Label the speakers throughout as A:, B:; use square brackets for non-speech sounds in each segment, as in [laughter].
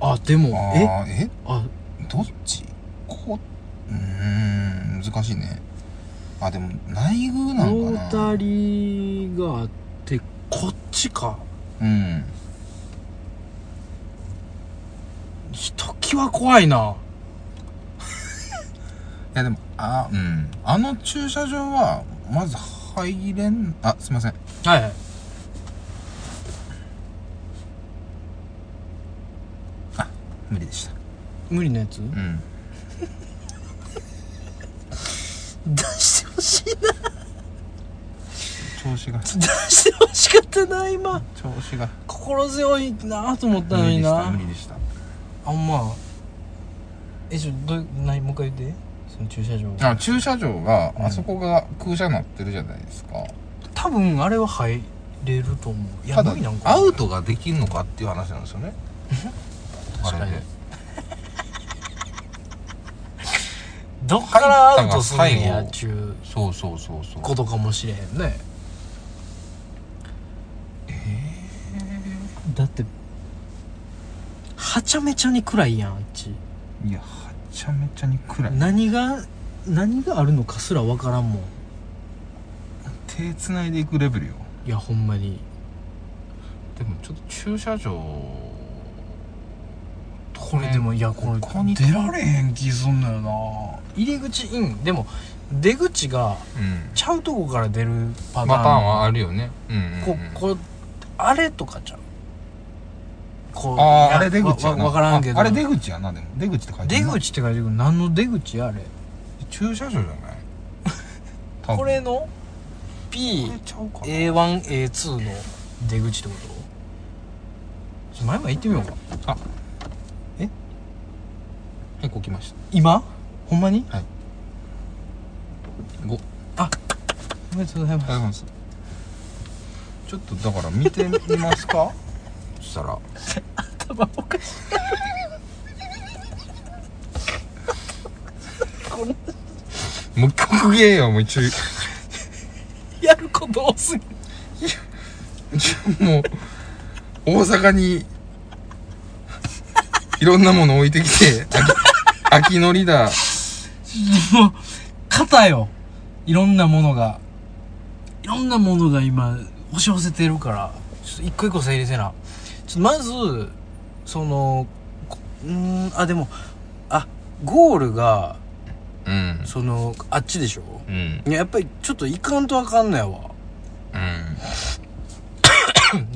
A: あでもえ
B: あーえ
A: あ
B: どっちこううーん難しいねあでも内宮な
A: ロ
B: の
A: ー
B: かな
A: タリーがあってこっちか
B: うん
A: ひときわ怖いない
B: やでもあうんあの駐車場はまず入れんあすいません
A: はいはい
B: 無理でした
A: 無理なやつ
B: うん
A: 出してほしいな
B: 調子が
A: 出してほしかったな今
B: 調子が
A: 心強いなと思った
B: 無
A: のに
B: 理でした
A: な
B: 無理でした
A: あんまえちょどう何もう一回言ってその駐車場
B: あ駐車場が
A: うん
B: あそこが空車になってるじゃないですか、
A: 多分あれは入れると思ういや
B: ただ
A: 無理なんかな
B: アウトができんのかっていう話なんですよねあ
A: 確か
B: れ
A: に
B: で
A: どっからアウトするん
B: 入った
A: や
B: が最後
A: ちゅう
B: そうそうそうそう
A: ことかもしれへんねだってはちゃめちゃに暗いやんあっち
B: いやはちゃめちゃに暗い
A: 何が何があるのかすらわからんもん
B: 手つないでいくレベルよ
A: いやほんまに
B: でもちょっと駐車場
A: これでもいやこれ
B: ここに出られへん気すんのよな
A: 入り口インでも出口が
B: うん
A: ちゃうとこから出るパ
B: パ
A: タ
B: タ
A: ーン
B: ーンはあるよねうんうんうん
A: ここあれとかじゃんこう
B: あ
A: い
B: あ
A: や
B: あれ出口や
A: わ
B: な
A: わからんけど
B: ああれ出口やなでも出口って書いて
A: 出
B: るな
A: 口って書いてるけど何の出口やあれ
B: 駐車場じゃない多分
A: [laughs] これ
B: こ
A: の
B: れちゃうかな
A: PA1A2 の出口ってことちょ前まで行ってみようか
B: 結構来ました
A: 今ほんまに
B: はいご
A: おめでとうございま
B: ありがとうございますちょっとだから見てみますか [laughs] そしたら
A: 頭おかしいこんな
B: もう曲芸よもう一応
A: やること多すぎる
B: もう大阪にいろんなもの置いてきて [laughs] 秋秋のりだ
A: もう肩よいろんなものがいろんなものが今押し寄せてるからちょっと一個一個整理せなちょっとまずそのこうーんあでもあゴールが
B: うん
A: そのあっちでしょ
B: うん
A: いややっぱりちょっといかんとあかんのやわ
B: う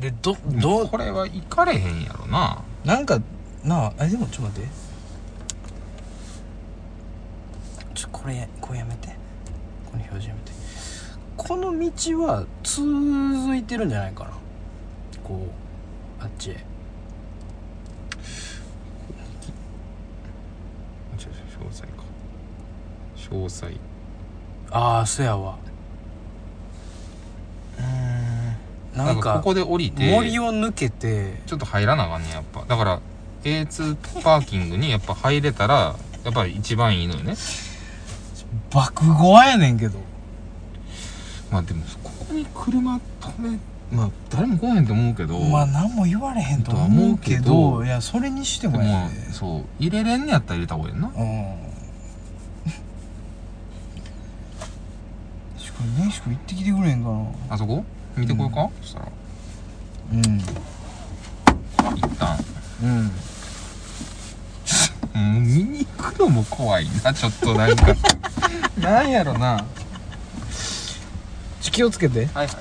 A: でど
B: ん
A: どう
B: これは行かれへんやろな
A: なんかなああでもちょっと待ってちょこれこれやめてこの表示やめてこの道は続いてるんじゃないかなこうあっちへ
B: ちょ詳細か詳細
A: ああそやわ
B: な
A: なんん
B: か
A: か
B: ここで降りて
A: 森を抜けて
B: ちょっと入らなあかんねやっぱだから A2 パーキングにやっぱ入れたらやっぱり一番いいのよね
A: 爆豪やねんけど
B: まあでもここに車止めまあ誰も来へんと思うけど
A: まあ何も言われへんとは思うけ
B: とは思
A: ど
B: うけど
A: いやそれにして
B: で
A: もや
B: も
A: ね
B: そう入れれんねやったら入れた方がいいな
A: うんしこれねしこ行ってきてくれへんかな
B: あそこ見てこようか、そしたら
A: う
B: 一旦
A: んうん
B: うん見に行くのも怖いなちょっとな
A: [laughs]
B: んかなんやろな
A: 気をつけて
B: はいはい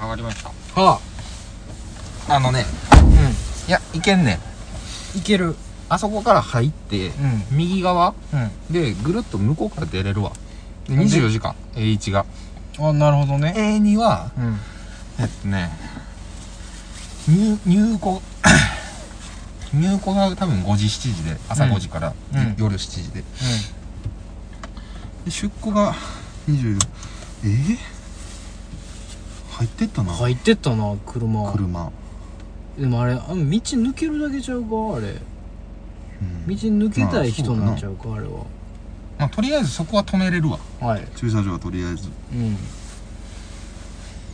B: 上がりました
A: は
B: あのね
A: あう
B: いやいけんねん
A: んいける
B: あそこから入って、
A: う
B: 右側
A: ん
B: でぐるっと向こうから出れるわで
A: なんで
B: 24時間 A1 が
A: うんあなるほどね
B: A2 は
A: うん
B: えっとね入入庫 [coughs] 入庫が多分5時7時で朝
A: うん
B: 5時から、
A: うん
B: 夜7時でで出庫が24えー入ってったな、
A: 入ってったな車
B: 車、
A: でもあれあ道抜けるだけちゃうかあれ
B: うん
A: 道抜けたい人なんちゃうかあれは
B: まあ、とりあえずそこは止めれるわ
A: はい
B: 駐車場はとりあえず
A: うん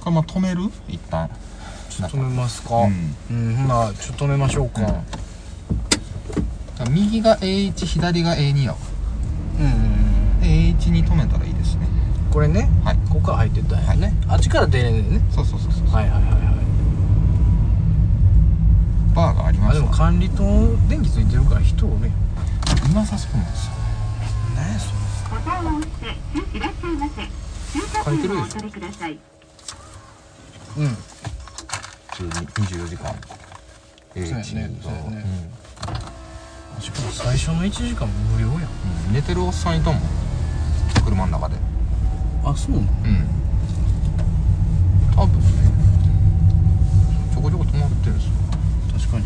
B: これまあ止める一旦
A: ちょっと止めますか
B: う
A: うんんほなちょっと止めましょうか
B: うんだから右が A1 左が A2 やわ
A: うんうんうん
B: で A1 に止めたらいいですね
A: これね
B: はい
A: ここから入ってったんやねあっちから出れんねんね
B: そうそうそうそう、
A: はいはいはいはい
B: バーがありま
A: あ
B: し
A: で
B: た
A: も管理棟電気ついてるから人おるやん
B: 今さそうなんですよ
A: 何やそれ
C: 答えを押して、いらっしゃいませ。駐車
B: 書いてる
C: 券
B: で
C: をお
B: しょ
C: 取りください。
A: うん
B: 普通に24時間
A: そうやね
B: A1
A: そ
B: が
A: うやねしかも最初の1時間無料やん
B: うん寝てるおっさんいたもん車の中で
A: あそうなん
B: うん多分ねちょこちょこ止まってるんですよ
A: 確かに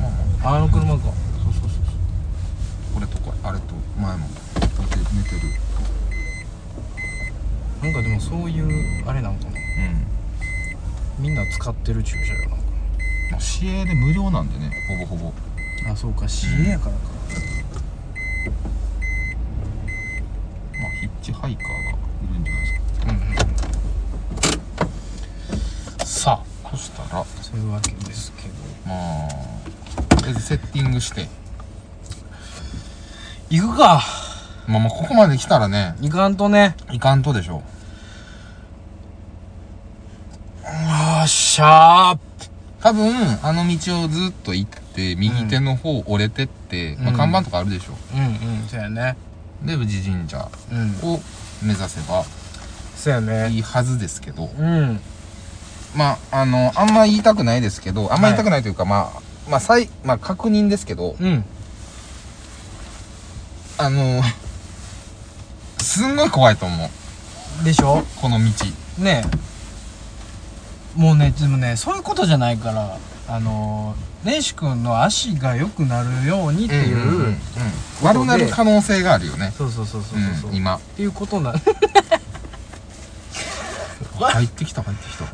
B: まあまあ
A: あの車かそうそうそうそう
B: これとこれあれと前も寝て寝てる
A: なんかでもそういうあれなんかなみんな使ってる駐車場なんか
B: うん、まあ、市営で無料なんでねほぼほぼ
A: なあそうか市営やからか
B: まあヒッチハイカーがいるんじゃないです
A: うんうんさ
B: かそしたら
A: あそういうわけですけど
B: まあとりあえずセッティングして
A: 行くか
B: まあまあここまで来たらね
A: 行かんとね
B: いかんとでしょ
A: よっしゃー
B: 多分あの道をずっと行って右手の方折れてって、
A: うん
B: まあ、看板とかあるでしょ、
A: うんうんそうやね
B: で宇治神社
A: うん
B: を目指せば
A: そうやね
B: いいはずですけど
A: うん
B: まああのあんま言いたくないですけどあんま言いたくないというか、まあまあ再まあ確認ですけど
A: うん
B: あのすんごい怖いと思う
A: でしょ
B: この道
A: ねえもうねでもねそういうことじゃないからあのー、レイシ君の足が良くなるようにっていう、
B: んんん悪なる可能性があるよね
A: そうそうそうそうそうそう、
B: うん、今
A: っていうこと [laughs] な
B: 入ってきた入ってきた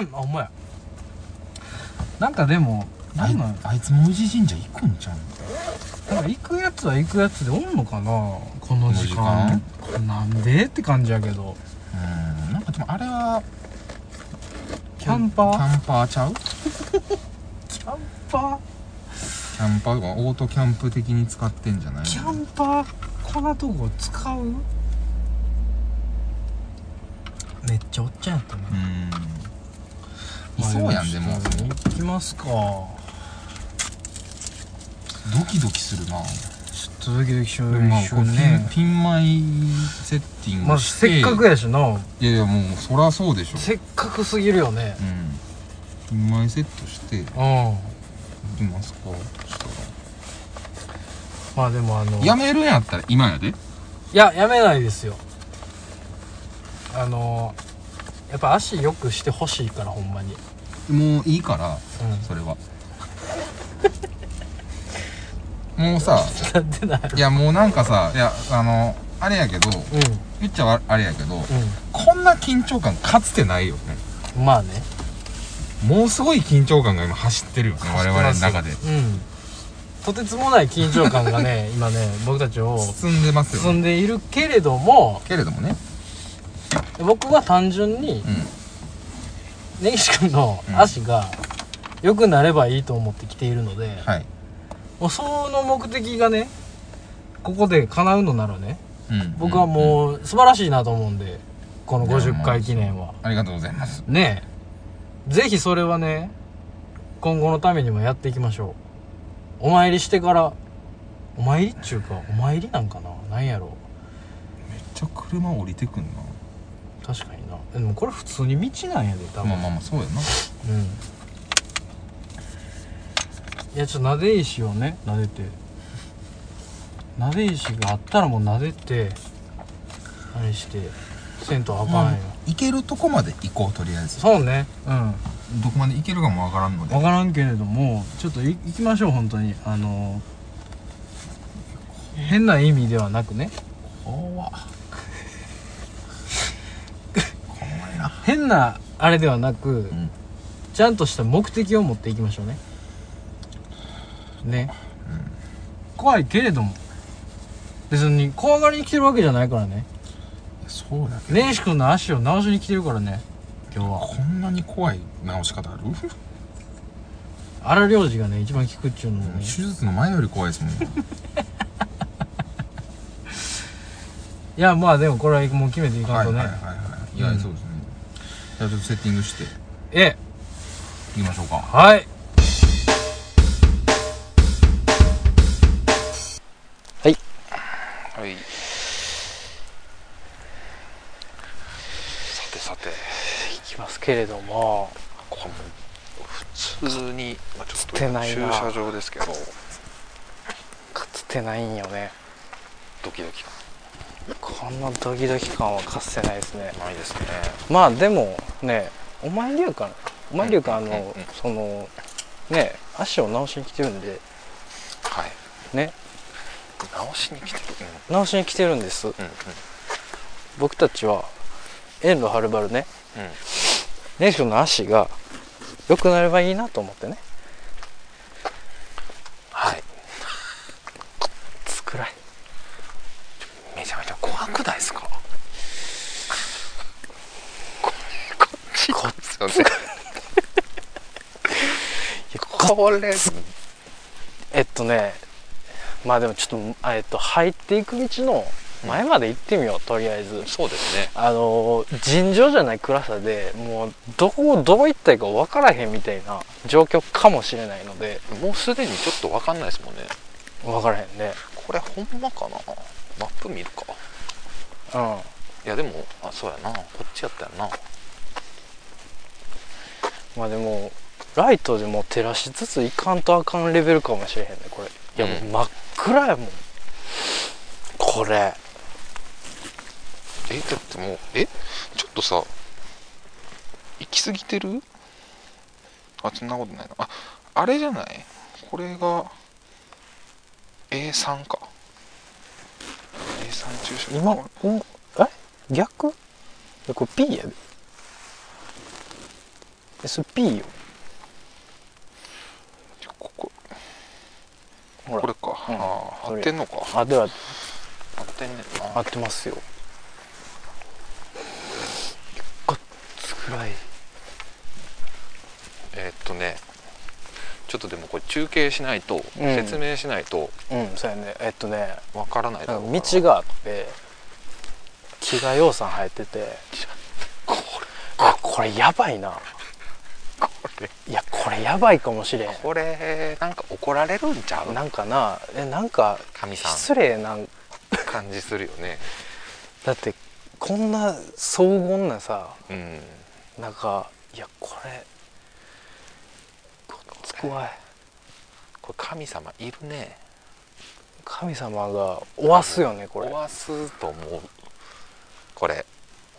A: あほんまやなんかでも
B: あ
A: なん
B: い
A: なん
B: あいつも宇治神社行くんちゃうん
A: なんか行くやつは行くやつでおんのかなこの時間なんでって感じやけど
B: うんなんかでもあれは
A: キャンパ
B: キ
A: ー
B: ャンパーちゃう
A: キャンパ
B: キャンパーがオートキャンプ的に使ってんじゃない
A: ーキャンパーこんなとこ使うめっちゃおっちゃんやったね
B: うんいそうやんでも
A: 行きますかちょ
B: ドキドキするな
A: っとドキドキしよう
B: でもまあ
A: 一
B: こ
A: 緒
B: う
A: にね
B: ピンピンマイセッティン
A: まあ
B: グして、
A: せっかくやしない
B: やいやもうそらそうでしょ
A: せっかくすぎるよね
B: うんピンマイセットしてい
A: うん
B: きますかそしたら
A: まあでもあの
B: やめるんやったら今やで
A: いややめないですよあのやっぱ足よくしてほしいからほんまに、
B: もういいからそれ [laughs] はもうさ
A: うん、なんでない
B: いやもうなんかさいやあのあれやけど
A: う
B: 言っちゃあれやけど、
A: ん
B: こんな緊張感かつてないよね
A: うんまあね
B: もうすごい緊張感が今走ってるよね我々の中で
A: うんとてつもない緊張感が
B: [laughs]
A: ね今ね僕たちを
B: 包んでますよ
A: 進
B: ね
A: んでいるけれども
B: けれどもね
A: 僕は単純に
B: う
A: 根岸君の足が良くなればいいと思って来ているので、
B: んはい
A: もうその目的がねここで叶うのならね
B: うん
A: 僕は
B: うん
A: もう素晴らしいなと思うんでこの50回記念は。
B: ありがとうございます
A: ねえぜひそれはね今後のためにもやっていきましょうお参りしてからお参りっちゅうかお参りなんかななんやろ
B: めっちゃ車降りてくんな
A: う確かになでもこれ普通に道なんやで多分
B: まあまあまあそうやな
A: うんいやちょっとなで石をねなでてなで石があったらもうなでてあれして銭湯あかんよ、
B: 行けるとこまで行こうとりあえず
A: そうねうん
B: どこまで行けるかもわからんので
A: 分からんけれどもちょっとい行きましょう本当にあの変な意味ではなくね
B: 怖っ怖いな
A: 変なあれではなく、
B: ん
A: ちゃんとした目的を持っていきましょうねね、怖いけれども別に怖がりに来てるわけじゃないからね
B: そうだけど
A: 根岸君の足を直しに来てるからね今日は
D: こんなに怖い直し方ある
A: 荒療治がね一番効くっちゅうのもね
D: 手術の前より怖いですもん
A: いやまあでもこれはもう決めていか
D: は
A: ん
D: い
A: と
D: はい
A: ね、
D: はいはいいや、
A: うん
D: そうですねじゃあちょっとセッティングして
A: ええ
D: いきましょうか
A: はい
D: はいさてさて
A: いきますけれども
D: ここも普通にまあちょっ
A: 捨てないな
D: 場ですけど
A: かつてないんよね
D: ドキドキ感
A: このドキドキ感はかつてないですね
D: ないですね
A: まあでもねお前流かなお前流かあ
D: うんうんうん
A: のそのね足を直しに来てるんで
D: はい
A: ね
D: 直しに来てる
A: 直しに来てるんです
D: うんうん
A: 僕たちは遠路はるばるね
D: うん
A: ネイ君の足が良くなればいいなと思ってね
D: はい
A: 作らい
D: めちゃめちゃ怖くないですか [laughs] こっちこっちこれ
A: えっとねまあでもちょっとあえっと入っていく道の前まで行ってみよう、とりあえず
D: そうですね
A: あのー尋常じゃない暗さでもうどこをどう行ったらいいか分からへんみたいな状況かもしれないので
D: もうすでにちょっとわかんないですもんね
A: 分からへんね
D: これほんまかなマップ見るか
A: うん
D: いやでもあそうやなこっちやったよな
A: まあでもライトでも照らしつついかんとあかんレベルかもしれへんねこれいやもう真っ暗やもん、これ
D: えだってもうえちょっとさ行き過ぎてるあそんなことないなああれじゃないこれが A3 か A3 駐車
A: 今
D: 場
A: うんえ逆いやこれ P やでえそれ P よ
D: ここ
A: ほら
D: これか、
A: うん
D: ああ
A: そ
D: 合
A: れ
D: ってんのか
A: あでは
D: 合ってんねん
A: 合
D: な
A: ってますよこっつ暗い
B: えーっとねちょっとでもこれ中継しないと、
A: うん
B: 説明しないと
A: うんそうやねえっとね
B: わからない
A: な
B: だ
A: ん
B: ろ
A: か
B: う
A: 道
B: から
A: があって木がようさん生えてて
B: こ
A: あこれやばいな
B: れ
A: いやこれやばいかもしれん
B: これなんか怒られるんちゃう
A: なんかなえなんか
B: 神さん
A: 失礼なん
B: 感じするよね
A: だってこんな荘厳なさ
B: うん
A: なんかいやこれこっつ怖い
B: これ神様いるね
A: 神様がおわすよねこれ
B: 壊すと思うこれ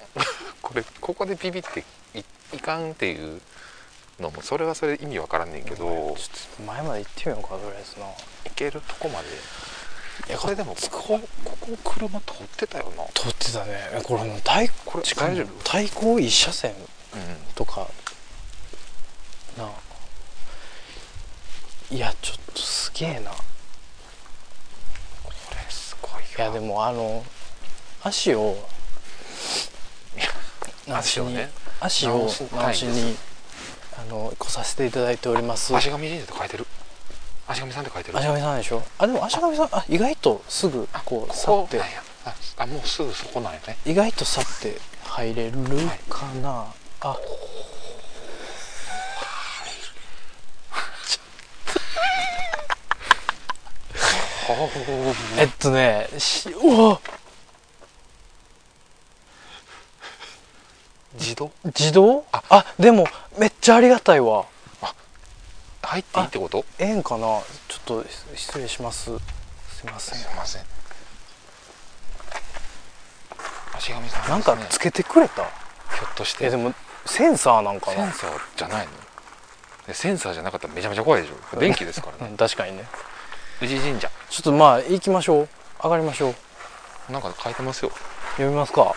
B: [laughs] これここでビビっていいかんっていうのもそれはそれで意味わからんねんけど、
A: ちょっと前まで行ってみようかとりあえずない
B: けるとこまで
A: いや
B: これでもここここ車通ってたよな
A: 撮ってたねえこれもう対
B: これ
A: しかも
B: 大丈夫
A: 対向一車線
B: うん
A: とかなあいやちょっとすげえな
B: これすごい
A: いや
B: よ
A: でもあの足を
B: [laughs] 足をね
A: 足を
B: 直す
A: 直し
B: 単位
A: にあの来させていただいております
B: 足
A: 足
B: 神神社って書いてる足神さんって書いてる
A: 神さんでしょあでも足神さんあ意外とすぐこう去
B: こ
A: っ
B: こ
A: て
B: なんやああもうすぐそこなんやね
A: 意外と去って入れるかな、あ
B: は
A: えっとねしうわ
B: あ自動
A: 自動あでもめっちゃありがたいわ
B: 入っていいってこと
A: ええんかなちょっと失礼しますすいません
B: すいません足神さん
A: なんか
B: です
A: つけ
B: ね
A: てくれた
B: ひょっとし
A: え
B: て
A: で
B: セン
A: もセンサーなんかな
B: サーじゃないのでセンサーじゃなかったらめちゃめちゃ怖いでし
A: [laughs]
B: ょ電気ですから
A: う
B: ね
A: ん確かにね
B: 宇治神社
A: ちょっとまあ行きましょう上がりましょう
B: なんか書いてますよ
A: 読みますか
B: は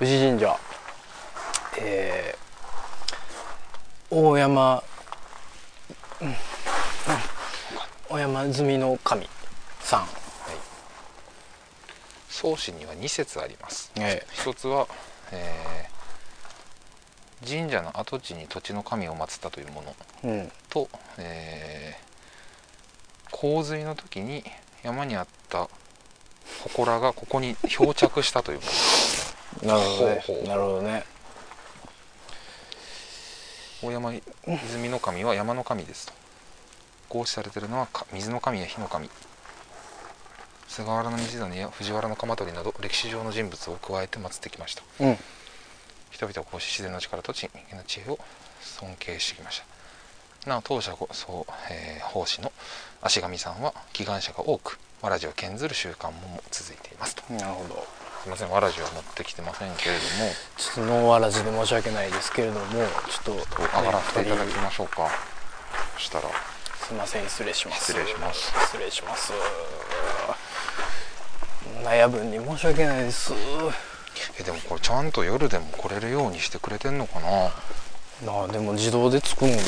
A: 宇治神社えー、大山、うん、うん大山積みの神さん、
B: 創始には2節あります
A: え
B: 一つは、え神社の跡地に土地の神を祀ったというもの
A: うん
B: と、えー洪水の時に山にあった祠がここに漂着したというも
A: な
B: の
A: るほどね
B: ほうほう
A: なるほどね
B: 大山泉の神は山の神ですと合祀されてるのはか水の神や火の神菅原道真や藤原鎌取など歴史上の人物を加えて祀ってきました
A: うん
B: 人々はこうして自然の力と人間の知恵を尊敬してきましたなお当社こそう、えー奉仕の足神さんは祈願者が多くわらじを献ずる習慣も続いていますと
A: なるほど
B: すいませんわらじは持ってきてませんけれど
A: ちょっとノーアラジで申し訳ないですけれどもちょっと
B: も上がらせていただ
A: お二
B: き
A: 人
B: ましょうかそしたら
A: すいません失礼します
B: 失礼します
A: 失礼します悩分に申し訳ないです
B: えでもこれちゃんと夜でも来れるようにしてくれてんのかな、
A: なあでも自動でつくもんね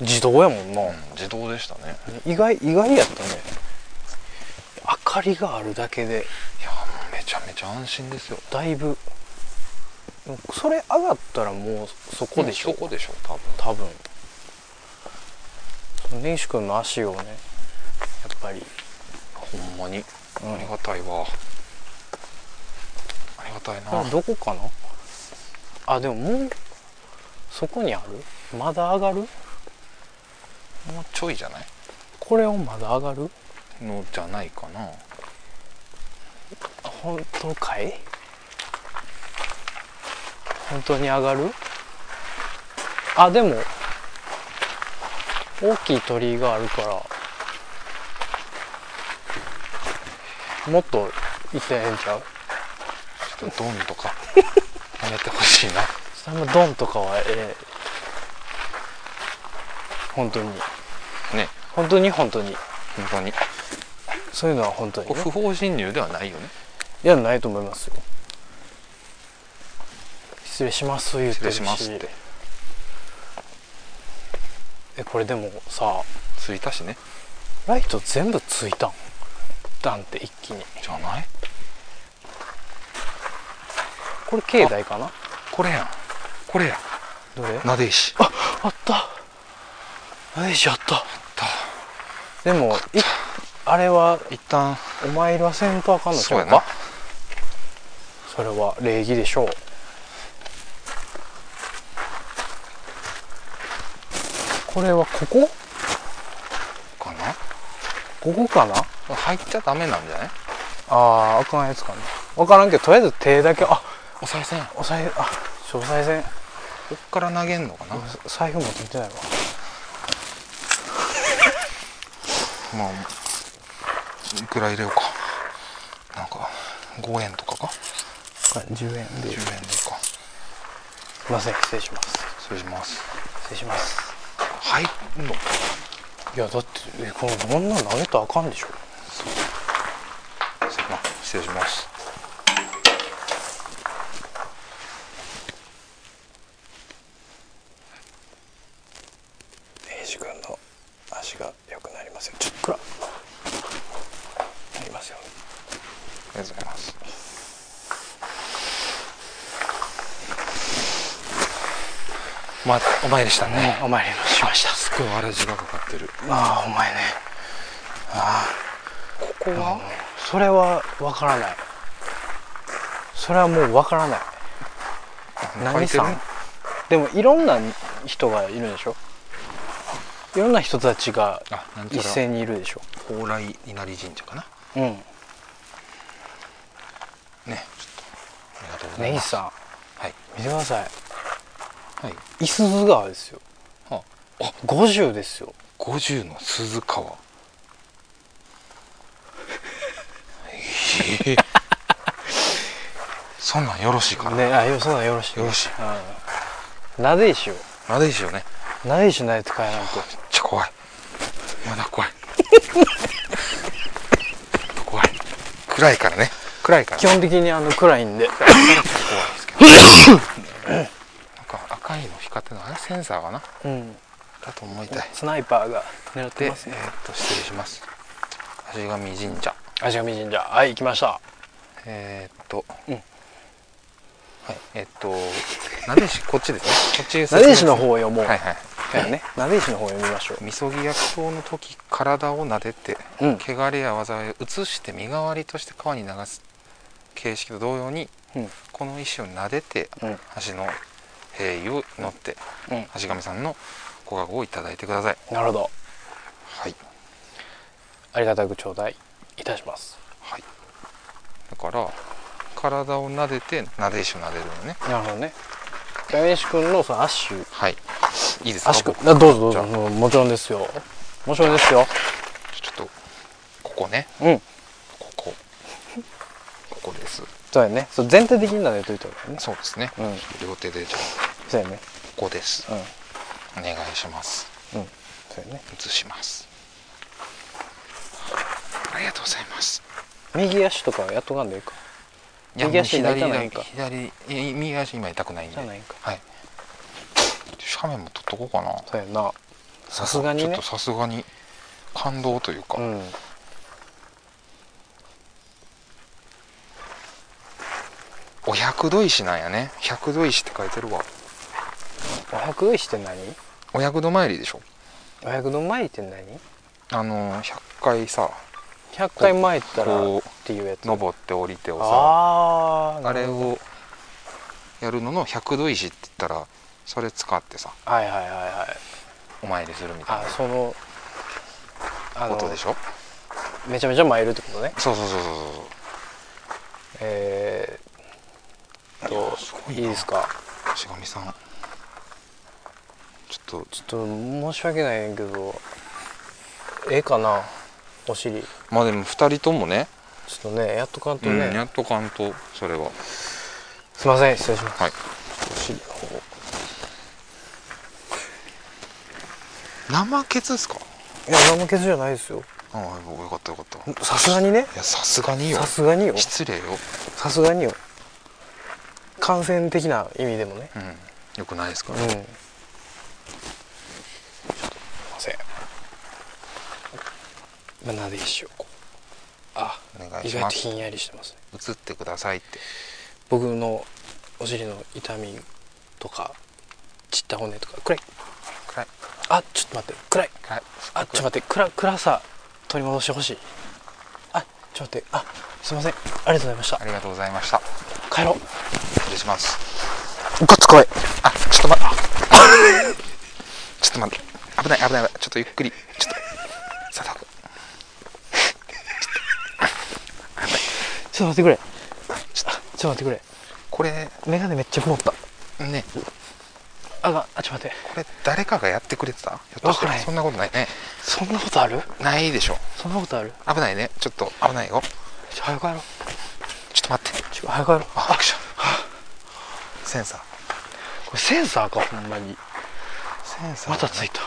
A: 自動やもんな、
B: うん、自動でしたね
A: 意外意外やったね明かりがあるだけで
B: いやもうめちゃめちゃ安心ですよ
A: だいぶでもそれ上がったらもうそこでしょ、
B: そこでしょ多分
A: 多分根岸君の足をねやっぱり
B: ほんまに、
A: うん
B: ありがたいわありがたいな
A: あどこかなあでももうそこにあるまだ上がる
B: もうちょいじゃない
A: これをまだ上がる
B: のじゃないかな
A: 本当かい本当に上がるあでも大きい鳥居があるからもっと行ってへんちゃう
B: ちょっとドンと
A: [laughs]
B: かやめてほしいな
A: それもドンとかはええ本当に
B: ね
A: 本当に本当に
B: 本当に
A: そういうのは本当に
B: これ
A: ね
B: 不法侵入ではないよね
A: いやないと思いますよ失礼します言ってる
B: 失礼
A: し
B: しますって
A: えこれでもさ
B: ついたしね
A: ライト全部ついたんダンって一気に
B: じゃない
A: これ境内かな
B: これやんこれや
A: どれ
B: なで石
A: ああった何しあったでもいあれは
B: 一旦
A: お参りはせんとあかんのち
B: そう
A: ゃ
B: や
A: うか
B: な
A: それは礼儀でしょうこれはここ
B: かな
A: ここかな
B: 入っちゃダメなんじゃない
A: あーあかんやつかな分からんけどとりあえず手だけあ
B: お賽銭
A: おさいあちょおさい銭
B: こっから投げんのかな、
A: 財布持ってきてないわ
B: まあいくら入れようかなんか5円とかか
A: 10円で
B: 10円
A: す
B: とか
A: いません失礼します
B: それします
A: 失礼します
B: 入ん
A: い
B: の
A: やだってえこのこんなの投げたらあかんでしょ
B: そうやな失礼します
A: 英二君の足が良くなりますよちょっと暗っなりますよ
B: ありがとうございますまお前でしたね
A: お参りをしました
B: すごいわらじがかかってる
A: ああお前ね
B: ここは
A: それは分からないそれはもう分からない何さんでもいろんな人がいるでしょいろんな人たちが
B: あなんちゃら
A: 一斉にいるでしょ
B: 高麗稲荷神社かな
A: うん
B: ねちょっとありがとうござい
A: 根
B: ま
A: 岸
B: す
A: さ
B: はい
A: ん見てください
B: はい
A: 五十鈴川ですよ
B: は
A: 50ですよ
B: 50の鈴川ええ [laughs] そんなんよろしいかな、
A: ねあよそうなのよろしい
B: よろしい
A: うんなで石を
B: なでしよね
A: なで石ないと買えないと
B: めっちゃ怖いまだ怖い怖い暗いからね暗いから
A: 基本的にあの暗いん
B: [laughs]
A: で
B: 怖いですけどなんか赤いの光ってるのあれセンサーかな
A: うん
B: だと思いたい
A: スナイパーが狙っ
B: で、
A: て
B: え
A: ますね
B: ーっと失礼します足神神社
A: 足神神社はい行きました
B: えー、っと、
A: うん
B: はえっとなでしこっちですねこっちです
A: なでしの方を読もう、
B: はいはい
A: だよねなでしの方を読みましょう
B: みそぎ薬草の時体を撫でて、
A: うん
B: 汚れや災いを移して身代わりとして川に流す形式と同様に、
A: うん
B: この石を撫でて、
A: うん
B: 橋の平位を祈って、
A: うん
B: 橋上さんのご加護をいただいてください
A: なるほど
B: はい
A: ありがたく頂戴いたします
B: はいだから体を撫でて撫で石を撫でるのね
A: なるほどねなでし君のそのアッシュ
B: はいいいです
A: ア
B: か
A: ッシュ
B: 僕
A: 君あどうぞどう
B: じゃ
A: ぞ
B: あ
A: もうもちろんですよもちろんですよ
B: ちょっとここね
A: うん
B: ここここです
A: そうやねそう全体的になでといた方がいいね
B: そうですね、
A: うん
B: 両手でじゃあ
A: そうやね
B: ここです
A: うん
B: お願いします
A: うんそうやね
B: 移しますありがとうございます
A: 右足とかはやっとかんでいいか
B: いや
A: 右足
B: もう左
A: 痛ないんか
B: 左いや右足今痛くないんで
A: 痛ないんか
B: はい斜面も取っとこうかな
A: そうやなさすがに
B: ちょっ
A: ね
B: とさすがに感動というか、
A: うん
B: お百度石なんやね百度石って書いてるわ
A: お百度石って何
B: お百度参りでしょ
A: お百度参りって何
B: あのー100回さ
A: 100回参ったらっ
B: こ
A: ていうやつ
B: 登って降りてをさ
A: あー
B: あれをやるのの百度石って言ったらそれ使ってさ
A: はいはいはいはい
B: お参りするみたい
A: あそのあ
B: なことでしょ
A: めちゃめちゃ参るってことね
B: そうそうそうそうそう
A: えーっと
B: す
A: い
B: ごい
A: い
B: な
A: ですか
B: しがみさんちょっと
A: ちょっと申し訳ないけどええかなお尻ちょ
B: まあでも2人ともね
A: っとねやっとかんと
B: うん
A: ね、
B: やっとかんとそれは
A: すいません失礼します
B: はい
A: お尻の方
B: 生ケツですか
A: いや何もケツじゃないですよ
B: ああよかったよかったい
A: さすがにね
B: やさすがによ
A: さすがによ
B: 失礼よ
A: さすがによ感染的な意味でもね
B: うんよくないですか
A: う
B: ら、
A: ん
B: ね
A: すいませんまあなで石をこうあ
B: お願い
A: 意
B: し
A: 外
B: ま
A: と
B: す
A: ひんやりしてますね
B: 移ってくださいって
A: 僕のお尻の痛みとか散った骨とか暗い
B: 暗い
A: あちょっと待って暗い
B: 暗い
A: あちょっと待って暗暗さ取り戻してほしいあちょっと待ってあすいませんありがとうございました
B: ありがとうございました
A: 帰ろう
B: 失礼します
A: ガッツ怖い
B: あちょっと待ってちょっと待って危ない危ない危ないちょっとゆっくりちょっとさだく
A: ちょっと待ってくれちょっとちょっと待ってくれ
B: これ
A: メガネめっちゃ曇った
B: ね
A: あがあちょっと待って
B: これ誰かがやってくれてたひょっとして
A: わからへん
B: そんなことないね
A: そんなことある
B: ないでしょ
A: そんなことある
B: 危ないねちょっと危ないよ
A: ちょ早く帰ろう
B: ちょっと待って
A: ちょ早く帰ろう
B: あ拍手センサー
A: これセンサーかほんまに
B: センサー
A: またついた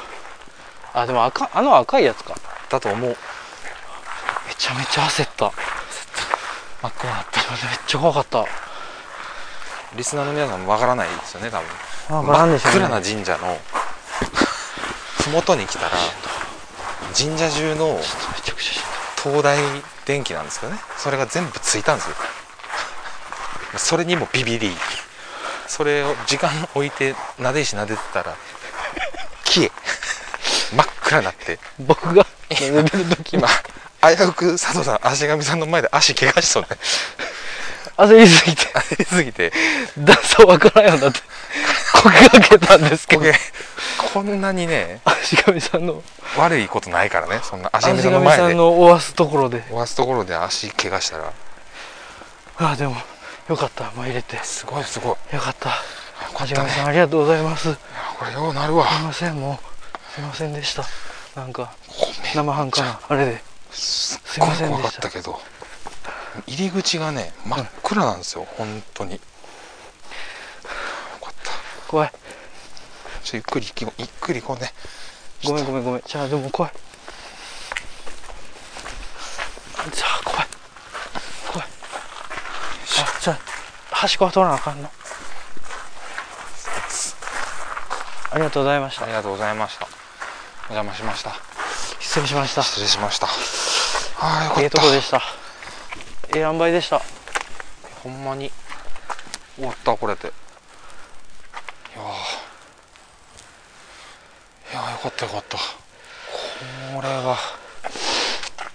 A: あでも赤あの赤いやつか
B: だと思う
A: めちゃめちゃ焦った
B: 真っ暗になっ
A: ちょっと待ってめっちゃ怖かった
B: たリスナーの皆さんもわからないですよね多分
A: わからんでしょうね
B: 真っ暗な神社 [laughs] の麓に来たら神社中の
A: めちゃくちゃ
B: 灯台電気なんですけどねそれが全部ついたんですよそれにもビビりそれを時間置いてなでしなでてたら消え真っ暗になって
A: 僕が寝てる時
B: 今危うく佐藤さん足神さんの前で足怪我しそうね
A: [laughs] 焦りすぎて
B: 焦りすぎて
A: 段差わからんようになってこけかけたんですけ
B: こ
A: ど
B: げこんなにね
A: 足神さんの
B: 悪いことないからねそんな足
A: 足神
B: 神さんの
A: さ
B: 前
A: ん
B: で
A: のおわすところで
B: 終わすところで足怪我したら
A: あでもよかった入れて
B: すごいすごい
A: よかった
B: こ
A: 足
B: れ,、
A: 神さんありがとうございますすい
B: これようなるわ
A: ませんもうすいませんでしたなんか
B: ごめん
A: 生半可なあれですすい
B: っご
A: ま
B: い
A: せんでした
B: 怖かったけど入り口がね真っ暗なんですよ本当によかった
A: 怖い
B: ちょっとゆっくり行きゆっくり行こうね
A: ごめんごめんごめんじゃあでも怖いじゃあ怖い怖いあじゃあ端っこは取らなあかんのありがとうございまし
B: あ
A: た
B: りがとうございましたお邪魔しました
A: 失礼しました
B: 失礼しましたああよかった
A: ええとこでしたええ塩梅でした
B: ほんまに終わったこれでいやーいやーよかったよかったこれは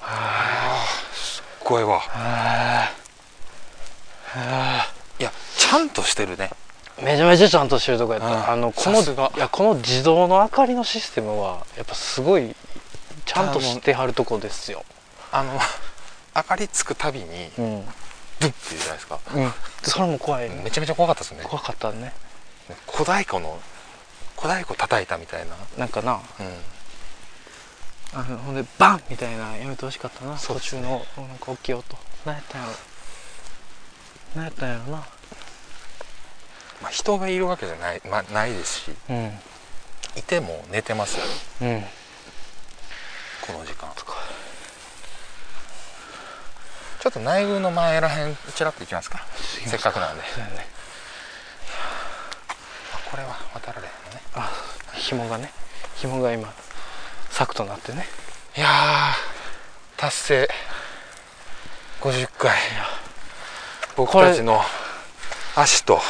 B: あーすっごいわいやちゃんとしてるね
A: めちゃめちゃちゃんとしてるとこやった、
B: うん
A: あのこの
B: さすが
A: いやこの自動の明かりのシステムはやっぱすごいちゃんとしてはるとこですよ、
B: あの明かりつくたびに
A: うん
B: ドゥンって言うじゃないですか
A: それも怖い、
B: めちゃめちゃ怖かったですね
A: 怖かったね
B: 小太鼓の小太鼓叩いたみたいな、
A: なんかな
B: うん、
A: あのほんでバンみたいなやめてほしかったな
B: そう
A: 途
B: です
A: 中のなんか大きい音何やったんやろ何やったんやろな
B: まあ、人がいるわけじゃない,、まあ、ないですし
A: う
B: いても寝てますよ
A: んうん
B: この時間ちょっと内宮の前らへんちらっと行きますかせっかくなんで
A: そうやね
B: あこれは渡られへんのね
A: あ紐がね紐が今柵となってね
B: いやー達成50回僕たちの足と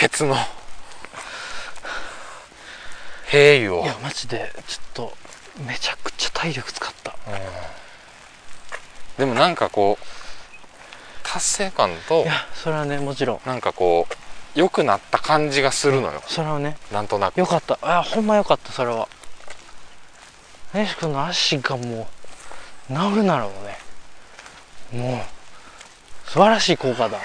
B: ケツの平癒を
A: いやマジでちょっとめちゃくちゃ体力使った
B: でもなんかこう達成感と
A: いやそれはねもちろん
B: なんかこう良くなった感じがするのよ
A: それはね
B: なんとなく
A: よかったあほんまよかったそれは林くんの足がもう治るならもうねもう素晴らしい効果だ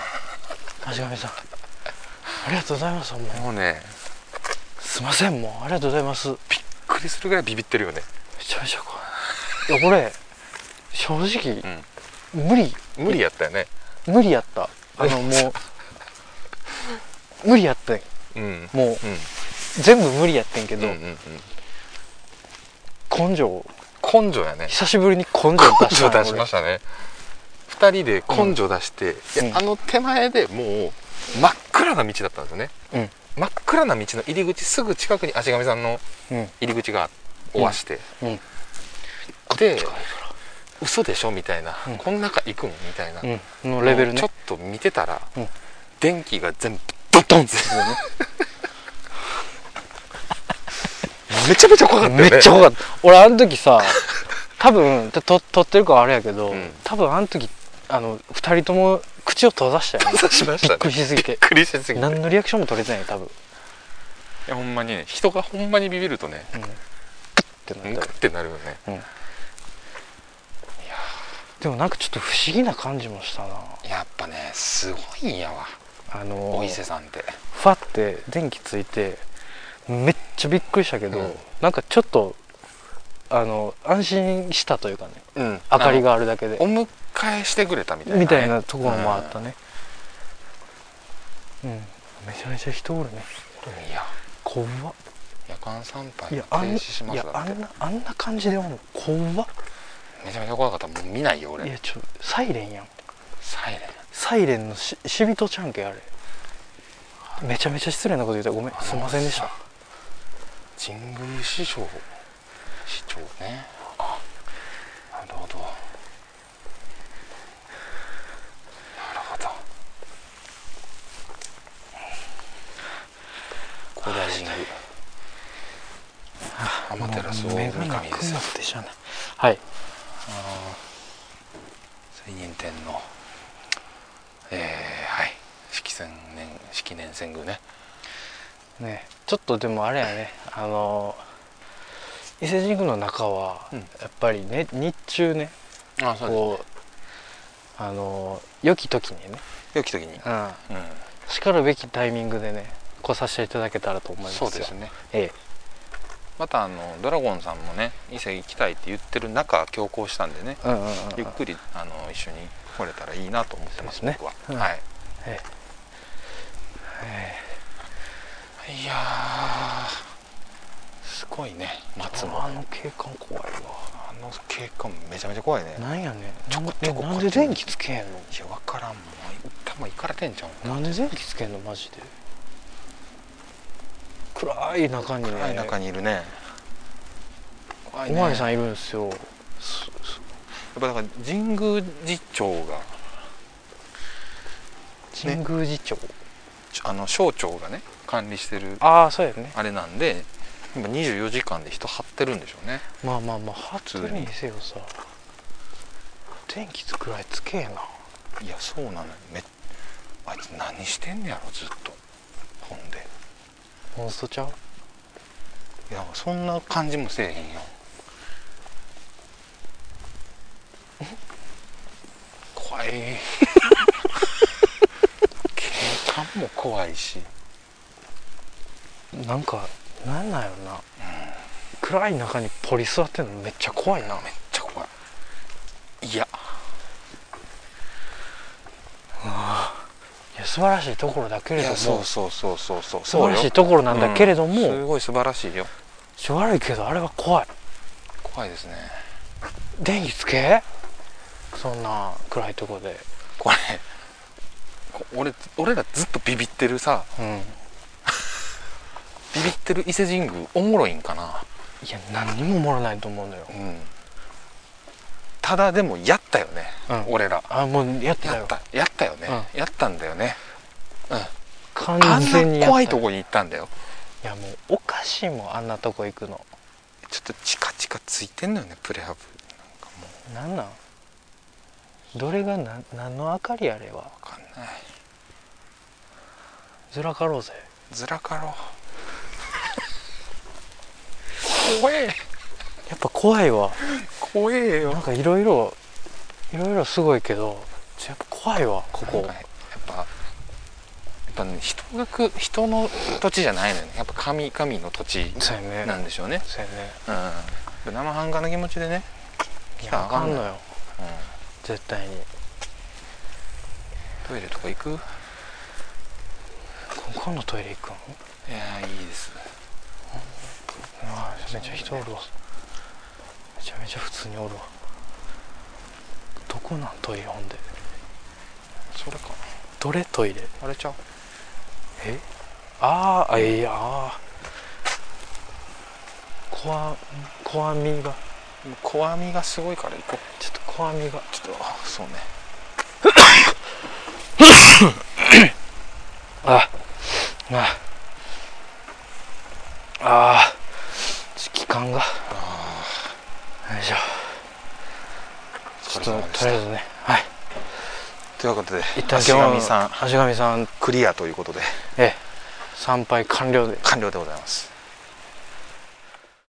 A: 足神さんありがとうございますほんまに
B: もうね
A: すいませんもうありがとうございますめ
B: びっくりするぐらいビビってるよね
A: ちゃめちゃ怖いいやこれ正直、無理
B: 無理やったよね
A: 無理やったあのもう無理やったん
B: うん
A: もう
B: うん
A: 全部無理やってんけ
B: うん
A: ど、
B: うん
A: 根性を
B: うん根性やね
A: 久しぶりに根性を出
B: 根
A: した
B: 性
A: な
B: 出しましたね2人で根性出して、いや
A: うん
B: あの手前でもう真っ暗な道だったんですよね
A: 俺
B: 真っ暗な道の入り口すぐ近くに足神さんの
A: うんうん
B: 入り口がおわして、
A: うん
B: で嘘でしょみたいな、こん中行くんみたいな、
A: うん、のレベルね
B: ちょっと見てたら、
A: うん
B: 電気が全部ドドンって [laughs] めちゃめちゃ怖かったよ
A: め
B: ね
A: っちゃ怖かった俺あの時さ多分と撮ってるからあれやけど、
B: うん
A: 多分あの時あの2人とも口を閉ざしたよね
B: 刺しました
A: びっくり
B: ね
A: しすぎて
B: びっくりしすぎて
A: 何のリアクションも取れてないよ多分、
B: いやほんまにね人がほんまにビビるとね
A: うん、グッて
B: う
A: なんっ
B: グ
A: た
B: ッてなるよね
A: でもなんかちょっと不思議な感じもしたな
B: やっぱねすごいんやわ
A: あの
B: お伊勢さんって
A: ファって電気ついてめっちゃびっくりしたけど、
B: うん
A: なんかちょっとあの安心したというかね
B: うん
A: 明かりがあるだけで
B: お迎えしてくれたみたいなね、
A: みたいなところもあったねうん、めちゃめちゃ人おるね
B: うんいや
A: 怖っ
B: 夜間参
A: い
B: 拝が
A: や
B: 停
A: あん
B: 止しま
A: い
B: す
A: や
B: だ
A: あ
B: って
A: んなあんな感じでおるの怖っ
B: めちゃめちゃ怖かったもう見ないよ
A: い
B: 俺
A: やちょサイレンやん
B: サイレン
A: サイレンのししびとちゃんけんあれめちゃめちゃ失礼なこと言ったらごめんすいませんでした
B: 神宮師匠師匠ねあなるほどなるほど古代神宮天照大神ですよ
A: でしょうねはい
B: 水仁天皇えー、はい式千年式年遷宮ね
A: ねちょっとでもあれやねあの伊勢神宮の中は、
B: うん
A: やっぱりね日中ね
B: あ
A: こうあの良き時にね、
B: 良き時に
A: うん、
B: う
A: しかるべきタイミングでね来させていただけたらと思い
B: ん
A: ます
B: そ
A: よ
B: うですね
A: え
B: またあのドラゴンさんもね伊勢行きたいって言ってる中強行したんでね
A: えうんうんうんうん
B: ゆっくりあの一緒に来れたらいいなと思ってます
A: そうですね
B: 僕は、
A: うん
B: はい
A: え
B: いやーすごいね松も
A: あの景観怖いわ
B: あの景観めちゃめちゃ怖いね
A: なんやね
B: ちょこちょこ
A: なんで電気つけへんの
B: いや分からんもう頭いかれてんじゃん
A: なんで電気つけんのマジで暗い中にね
B: 暗い中にいるね怖い
A: お
B: ね
A: まわり
B: や
A: さ
B: っ
A: んいるんですよ
B: ぱだから神宮寺町が
A: 神宮寺町、
B: ちょあの省庁がね管理してる
A: ああそうやね
B: あれなんで今24時間で人張ってるんでしょうね
A: まあまあまあ初にせよさ電気つくらいつけえない
B: やそうなのよめあいつ何してんねやろずっとほんで
A: モンストちゃう
B: いやそんな感じもせえへんよ [laughs] 怖い [laughs] 警官も怖いし
A: なんかなんなんやろな、暗い中にポリ座ってんのめっちゃ怖いな
B: めっちゃ怖いいや
A: いや素晴らしいところだけ
B: い
A: れども
B: やそう
A: 素
B: そうそうそうそうそう
A: 晴らしいところなんだけれども、
B: うんすごい素晴らしいよ
A: ちょ悪いけどあれは怖い
B: 怖いですね
A: 電気つけそんな暗いとこで
B: これこ俺俺らずっとビビってるさ
A: うん
B: ビビってる伊勢神宮おもろいんかない
A: や何にももらないと思うのよ
B: うんただでもやったよね、
A: うん
B: 俺ら
A: あもうやってた
B: や
A: よ
B: ったやったよね、やったんだよね
A: 完
B: あ
A: 全
B: ん
A: にやった
B: な怖
A: よ
B: いとこに行ったんだよ
A: いやもうおかしいもんあんなとこ行くの
B: ちょっとチカチカついてんのよねプレハブなんかもう
A: なんなんどれがな何の明かりあれは
B: 分かんない
A: ずらかろうぜ
B: ずらかろう [laughs] 怖え
A: やっぱ怖いわ
B: 怖えよ
A: なんかいろいろいろいろすごいけどちょやっぱ怖いわこ
B: ここ
A: こ
B: やっぱやっぱね人がく人の土地じゃないのよねやっぱ神々の土地
A: そうやね
B: なんでしょうね、
A: そうやね
B: うん、やっぱ生半可な気持ちでね
A: い
B: 来た
A: や
B: ら
A: あ
B: あ
A: か
B: か
A: ん
B: ん
A: の
B: のよ、
A: よ
B: うん、
A: 絶対に
B: トイレとか行くい
A: ここのトイレ行くん
B: やーいいです
A: あめちゃめちゃ人おるわめちゃめちゃ普通におるわどこなんトイレほんで
B: それか
A: どれトイレ
B: あれちゃう
A: えあーあいやあこわこわみが
B: もう怖みがすごいから行こう
A: ちょっとこわみが
B: ちょっとあそうね
A: あああーちょっと気管がよいしょちょっととりあえずねはい
B: ということで
A: 一旦
B: 足
A: 今日
B: 神さん
A: 足神さん
B: クリアということで
A: ええ参拝完了で
B: 完了でございます